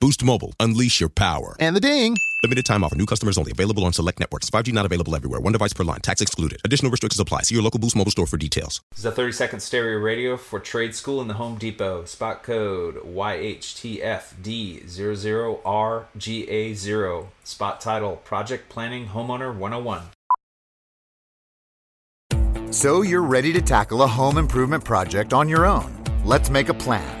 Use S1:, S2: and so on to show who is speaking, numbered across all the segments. S1: Boost Mobile, unleash your power.
S2: And the ding.
S1: Limited time offer, new customers only, available on select networks. 5G not available everywhere, one device per line, tax excluded. Additional restrictions apply. See your local Boost Mobile store for details.
S3: This is a 30 second stereo radio for Trade School in the Home Depot. Spot code YHTFD00RGA0. Spot title Project Planning Homeowner 101.
S4: So you're ready to tackle a home improvement project on your own. Let's make a plan.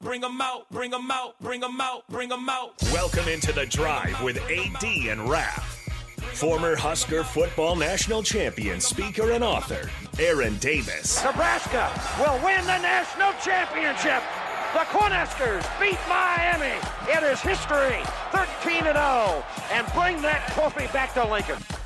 S5: Bring them out, bring them out, bring them out, bring them out.
S6: Welcome into the drive with AD and Raf. Former Husker football national champion, speaker, and author, Aaron Davis.
S7: Nebraska will win the national championship. The Cornhuskers beat Miami. It is history, 13 0, and bring that trophy back to Lincoln.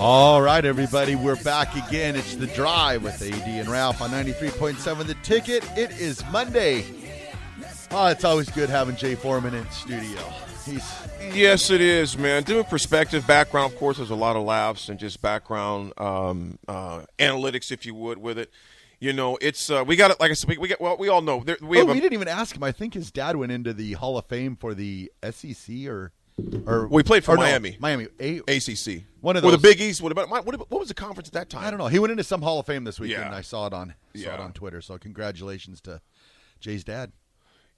S8: All right, everybody, we're back again. It's the drive with AD and Ralph on 93.7 The Ticket. It is Monday. Oh, it's always good having Jay Foreman in studio. He's
S9: Yes, it is, man. Doing perspective, background, of course, there's a lot of laughs and just background um, uh, analytics, if you would, with it. You know, it's uh, we got it. Like I said, we, we got well, we all know there, we
S8: oh,
S9: have
S8: we
S9: a,
S8: didn't even ask him. I think his dad went into the Hall of Fame for the SEC or or
S9: We played for
S8: or no,
S9: Miami.
S8: Miami. A-
S9: ACC,
S8: One of
S9: or the
S8: those-
S9: Big East. What about what, about- what was the conference at that time?
S8: I don't know. He went into some Hall of Fame this weekend.
S9: Yeah.
S8: I saw it on saw it
S9: Yeah.
S8: on Twitter. So congratulations to Jay's dad.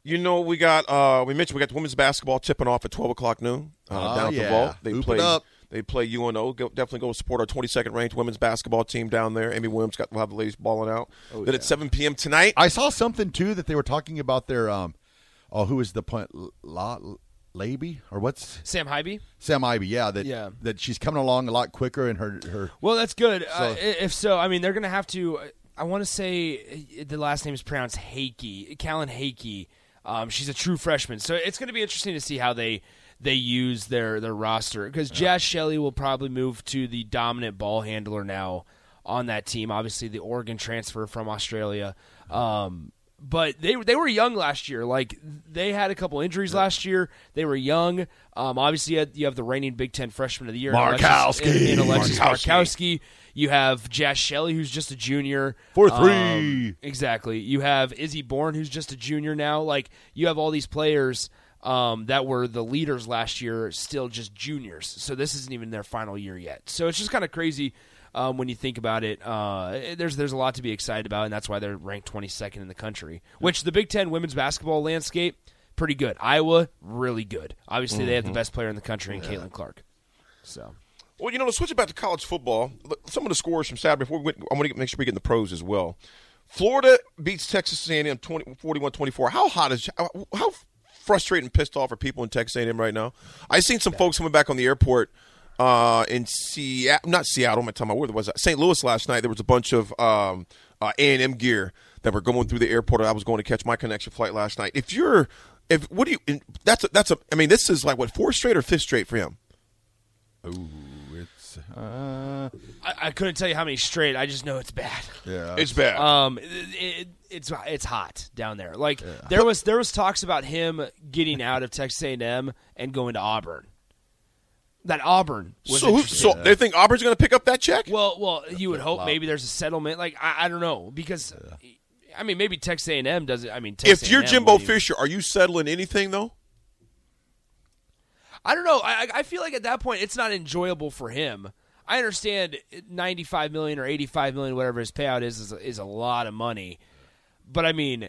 S9: You know, we got uh, we mentioned we got the women's basketball tipping off at twelve o'clock noon uh,
S8: Oh,
S9: down at
S8: yeah.
S9: the vault. They
S8: Hoop it
S9: play
S8: up.
S9: they play UNO. Go, definitely go support our twenty second ranked women's basketball team down there. Amy Williams got will have the ladies balling out.
S8: Oh,
S9: then at seven p.m. tonight,
S8: I saw something too that they were talking about their um, oh, who is the point? La Laby or what's
S10: Sam Hybe.
S8: Sam Ivy? Yeah, that
S10: Yeah.
S8: that she's coming along a lot quicker and her her.
S10: Well, that's good. uh,
S8: So-
S10: i- if so, I mean, they're going to have to. uh, I want to say uh, the last name is pronounced Hakey, Callan Hakey. Um, she's a true freshman, so it's going to be interesting to see how they they use their their roster because Jazz Shelley will probably move to the dominant ball handler now on that team. Obviously, the Oregon transfer from Australia. Um, but they they were young last year. Like they had a couple injuries last year. They were young. Um, obviously, you have, you have the reigning Big Ten Freshman of the Year, in Alexis-
S8: Markowski.
S10: in, in Alexis
S9: Markowski.
S10: Markowski. Trubisky. You have Jazz Shelley, who's just a junior.
S8: For three.
S10: Um, exactly. You have Izzy Bourne, who's just a junior now. Like, you have all these players um, that were the leaders last year, still just juniors. So this isn't even their final year yet. So it's just kind of crazy um, when you think about it. Uh, there's, there's a lot to be excited about, and that's why they're ranked 22nd in the country, which the Big Ten women's basketball landscape. Pretty good. Iowa, really good. Obviously, they have the best player in the country in Caitlin Clark. So
S9: Well, you know, to switch it back to college football, look, some of the scores from Saturday. Before we went, I want to make sure we get in the pros as well. Florida beats Texas A&M 20, 41-24. How hot is how, how frustrated and pissed off are people in Texas A&M right now? I seen some folks coming back on the airport uh, in Seattle, not Seattle. My time, where was that? St. Louis last night. There was a bunch of um, uh, A&M gear that were going through the airport. I was going to catch my connection flight last night. If you're, if what do you? and That's a, that's a. I mean, this is like what fourth straight or fifth straight for him.
S8: It's, uh,
S10: I, I couldn't tell you how many straight. I just know it's bad.
S8: yeah.
S9: It's bad.
S10: Um, it, it, it's it's hot down there. Like there was there was talks about him getting out of Texas A and M and going to Auburn. That Auburn was
S9: So, who,
S10: interested.
S9: so they think Auburn's going to pick up that check?
S10: well, well, you would hope maybe there's a settlement. Like I, I don't know because I mean maybe Texas A and M does it. I mean, Texas
S9: if you're
S10: A&M,
S9: Jimbo
S10: what do you-
S9: Fisher, are you settling anything though?
S10: I don't know. I, I- I feel like at that point it's not enjoyable for him. I understand 95 million or 85 million, whatever his payout is, is, is a lot of money. But I mean,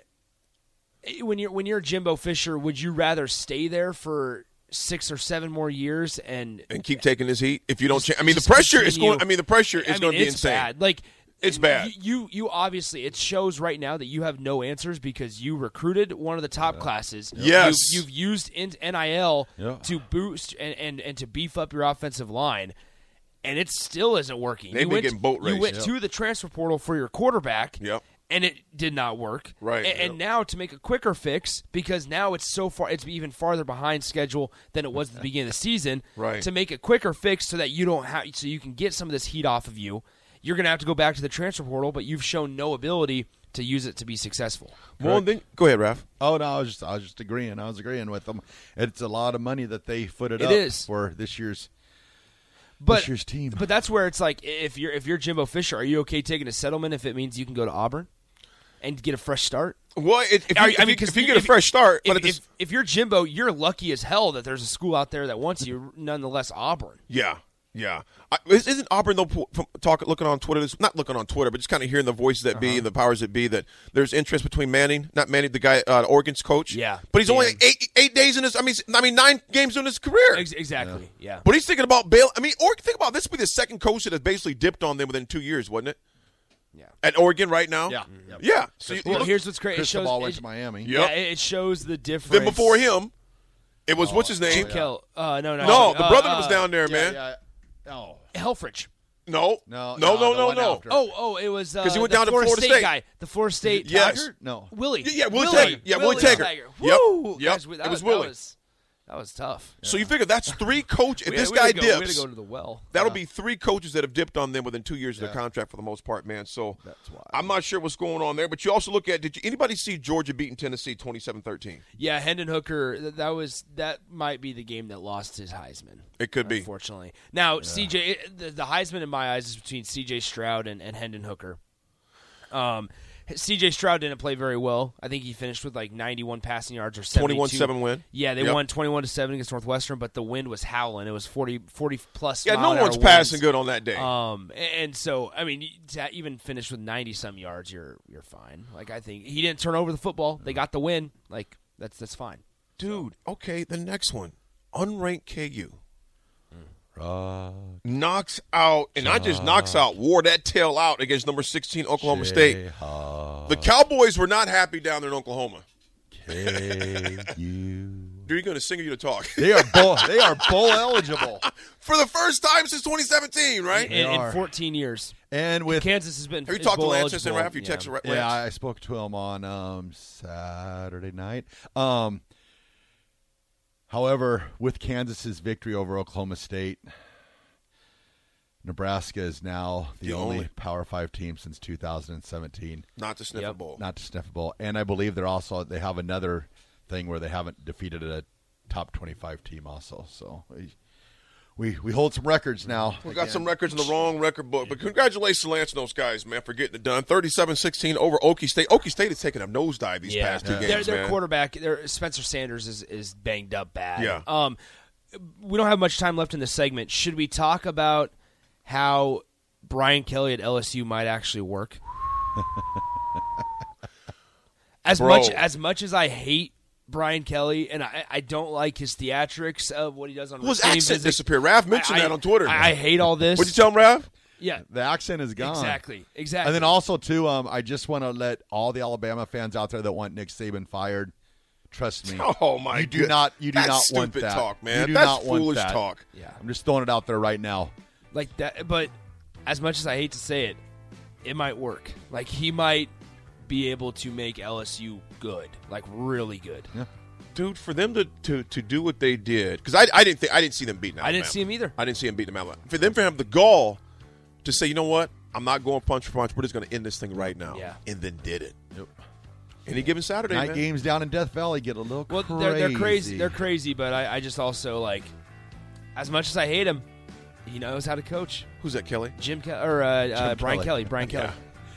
S10: eh, when you're when you're Jimbo Fisher, would you rather stay there for six or seven more years and
S9: and keep taking this heat if you don't. change. I mean, the
S10: just
S9: pressure is
S10: continue-
S9: going. I mean, the pressure
S10: I
S9: is
S10: mean,
S9: going to be
S10: it's
S9: insane.
S10: bad. Like
S9: It's bad.
S10: You, you you obviously it shows right now that you have no answers because you recruited one of the top classes.
S9: Yes.
S10: you've, you've used in- nil
S8: Yeah.
S10: to boost and, and and to beef up your offensive line, and it still isn't working.
S9: They've
S10: you
S9: been
S10: went,
S9: getting boat
S10: You went
S9: raced.
S10: to the transfer portal for your quarterback.
S9: Yep.
S10: And it did not work.
S9: Right,
S10: A- And,
S9: yep.
S10: now to make a quicker fix, because now it's so far, it's even farther behind schedule than it was at the beginning of the season
S9: Right.
S10: to make a quicker fix so that you don't have so you can get some of this heat off of you. You're going to have to go back to the transfer portal, but you've shown no ability to use it to be successful.
S9: Well, then go ahead, Raf.
S10: Uh,
S8: Oh no, I was just I was just agreeing. I was agreeing with them. It's a lot of money that they footed
S10: It
S8: up
S10: is.
S8: for this year's
S10: But
S8: this year's team.
S10: but that's where it's like if you're if you're Jimbo Fisher, are you okay taking a settlement if it means you can go to Auburn and get a fresh start?
S9: Well, if, if,
S10: Are
S9: you,
S10: I
S9: if,
S10: mean,
S9: you,
S10: 'cause
S9: if you get a fresh start,
S10: if,
S9: but at this,
S10: if, if you're Jimbo, you're lucky as hell that there's a school out there that wants you. Nonetheless, Auburn.
S9: yeah, yeah. I, is- isn't Auburn though po- from talk, looking on Twitter? This, not looking on Twitter, but just kind of hearing the voices that
S10: Uh-huh.
S9: be and the powers that be that there's interest between Manning, not Manning, the guy uh, Oregon's coach.
S10: Yeah,
S9: but he's only
S10: Dan.
S9: eight eight days in his. I mean, I mean nine games in his career.
S10: Ex- exactly. Yeah.
S9: But he's thinking about bail. I mean, or think about it, this would be the second coach that has basically dipped on them within two years, wasn't it?
S10: Yeah.
S9: At Oregon right now.
S8: Yeah. Yep.
S9: Yeah. So you,
S10: Well,
S9: look-
S10: here's what's crazy. It shows
S8: Cristobal went
S10: it-
S8: to Miami.
S9: Yep.
S10: Yeah, it it shows the difference.
S9: then before him, it was what's his
S8: Oh,
S9: name?
S10: Kel, uh, no, no,
S9: No, the
S10: uh,
S9: brother that was
S10: uh,
S9: down there, man.
S8: Yeah, yeah. Oh,
S10: Helfrich.
S9: No,
S8: No,
S9: no,
S8: no,
S9: no,
S8: the
S9: no,
S8: one
S9: no.
S8: after.
S10: Oh, oh, it was
S9: 'Cause
S10: because
S9: he went down to Florida State.
S10: guy, the Florida State.
S9: Yes.
S10: Tiger?
S8: No.
S10: Willie.
S9: Yeah, yeah, Willie Taggart. Yeah, Willie Taggart. Yep,
S10: Woo!
S9: yep,
S10: Guys, we-
S9: it
S10: that
S9: was Willie.
S10: That was, that was tough.
S9: So you figure that's three coaches. If
S10: We-
S9: this
S10: we had
S9: guy
S10: to go- we had
S9: dips,
S10: to go to the well.
S9: that'll be three coaches that have dipped on them within two years of their contract for the most part, man. So
S8: That's wild.
S9: I'm not sure what's going on there. But you also look at did you, anybody see Georgia beating Tennessee 27-13?
S10: Yeah, Hendon Hooker. th- That was that might be the game that lost his Heisman.
S9: It could be.
S10: Unfortunately, now CJ, it- the, the Heisman in my eyes is between CJ Stroud and, and Hendon Hooker. Um, CJ Stroud didn't play very well. I think he finished with like 91 passing yards or 72.
S9: 21-7 win.
S10: Yeah, they
S9: Yep.
S10: won 21 to 7 against Northwestern, but the wind was howling. It was 40 40 plus.
S9: Yeah, no
S10: mile an hour
S9: one's passing
S10: winds.
S9: good on that day.
S10: Um, a- and so I mean, you- to even finish with ninety some yards, you're you're fine. Like I think he didn't turn over the football.
S9: Mm-hmm.
S10: They got the win. Like that's that's fine.
S9: Dude, okay, the next one, unranked KU.
S8: Mm.
S9: knocks out, and not just knocks out, wore that tail out against number 16 Oklahoma State. The Cowboys were not happy down there in Oklahoma. Dude, you're going to sing or you to talk?
S8: They are bowl. They are bowl eligible,
S9: For the first time since 2017, right?
S10: In, in
S8: are.
S10: fourteen years,
S8: and with
S10: Kansas has been.
S9: Have you
S10: is
S9: talked to
S10: bowl
S9: Lanchester and
S10: eligible.
S9: Raf? You texted Ra- Lance?
S8: Yeah, I I spoke to him on um, Saturday night. Um, however, with Kansas's victory over Oklahoma State, Nebraska is now the,
S9: The
S8: only,
S9: only.
S8: Power Five team since 2017
S9: Not the Sniffer
S10: Yep.
S9: Bowl.
S8: not to sniff a bowl. And I believe they're also they have another thing where they haven't defeated a top 25 team also. So we we, we hold some records now.
S9: We got some records in the wrong record book, but congratulations, to Lance, and those guys, man, for getting it done. 37-16 over Okie State. Okie State is taking a nosedive these past two
S10: their,
S9: games,
S10: their
S9: man.
S10: quarterback, their Spencer Sanders is is banged up bad.
S9: Yeah.
S10: Um, we don't have much time left in the segment. Should we talk about how Brian Kelly at LSU might actually work? as
S9: Bro.
S10: much as much as I hate Brian Kelly and I, I don't like his theatrics of what he does on
S9: Well, his
S10: receiving
S9: accent
S10: visit-
S9: disappeared. Raf mentioned
S10: I-
S9: that on Twitter.
S10: I, I hate all this.
S9: What'd you tell him, Raf?
S10: yeah,
S8: The accent is gone.
S10: exactly, exactly.
S8: And then also too, um, I just want to let all the Alabama fans out there that want Nick Saban fired, trust me.
S9: Oh, my
S8: You do
S9: goodness.
S8: not. You do
S9: That's
S8: not want
S9: stupid
S8: that.
S9: talk, man.
S8: You do
S9: That's
S8: not want
S9: foolish
S8: that.
S9: talk.
S10: Yeah.
S8: I'm just throwing it out there right now.
S10: like that but as much as i hate to say it it might work like he might be able to make lsu good like really good
S9: dude, for them to to, to do what they did, because I, I didn't think I didn't see them beating.
S10: I
S9: Alabama.
S10: didn't see 'em either.
S9: I didn't see them beating Alabama. For them to have the gall to say, you know what, I'm not going punch for punch. We're just going to end this thing right now.
S10: Yeah.
S9: and then did it. Yep. Any given Saturday,
S8: Night
S9: man.
S8: games down in Death Valley get a little
S10: well
S8: crazy.
S10: They're, they're crazy they're crazy but I, I just also like as much as i hate him he knows how to coach
S9: Who's that, Kelly?
S10: jim Ke- or uh, uh, brian kelly brian kelly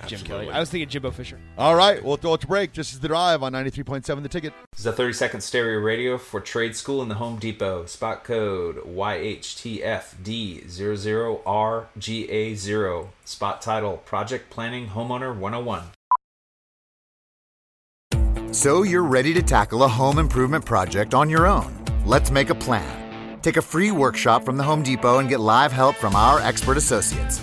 S10: Jim Kelly. I was thinking Jimbo Fisher.
S8: All right, we'll throw it to break. This is the drive on 93.7 the ticket.
S3: This is a 30 second stereo radio for trade school in the Home Depot. Spot code YHTFD00RGA0. Spot title Project Planning Homeowner 101.
S4: So you're ready to tackle a home improvement project on your own. Let's make a plan. Take a free workshop from the Home Depot and get live help from our expert associates.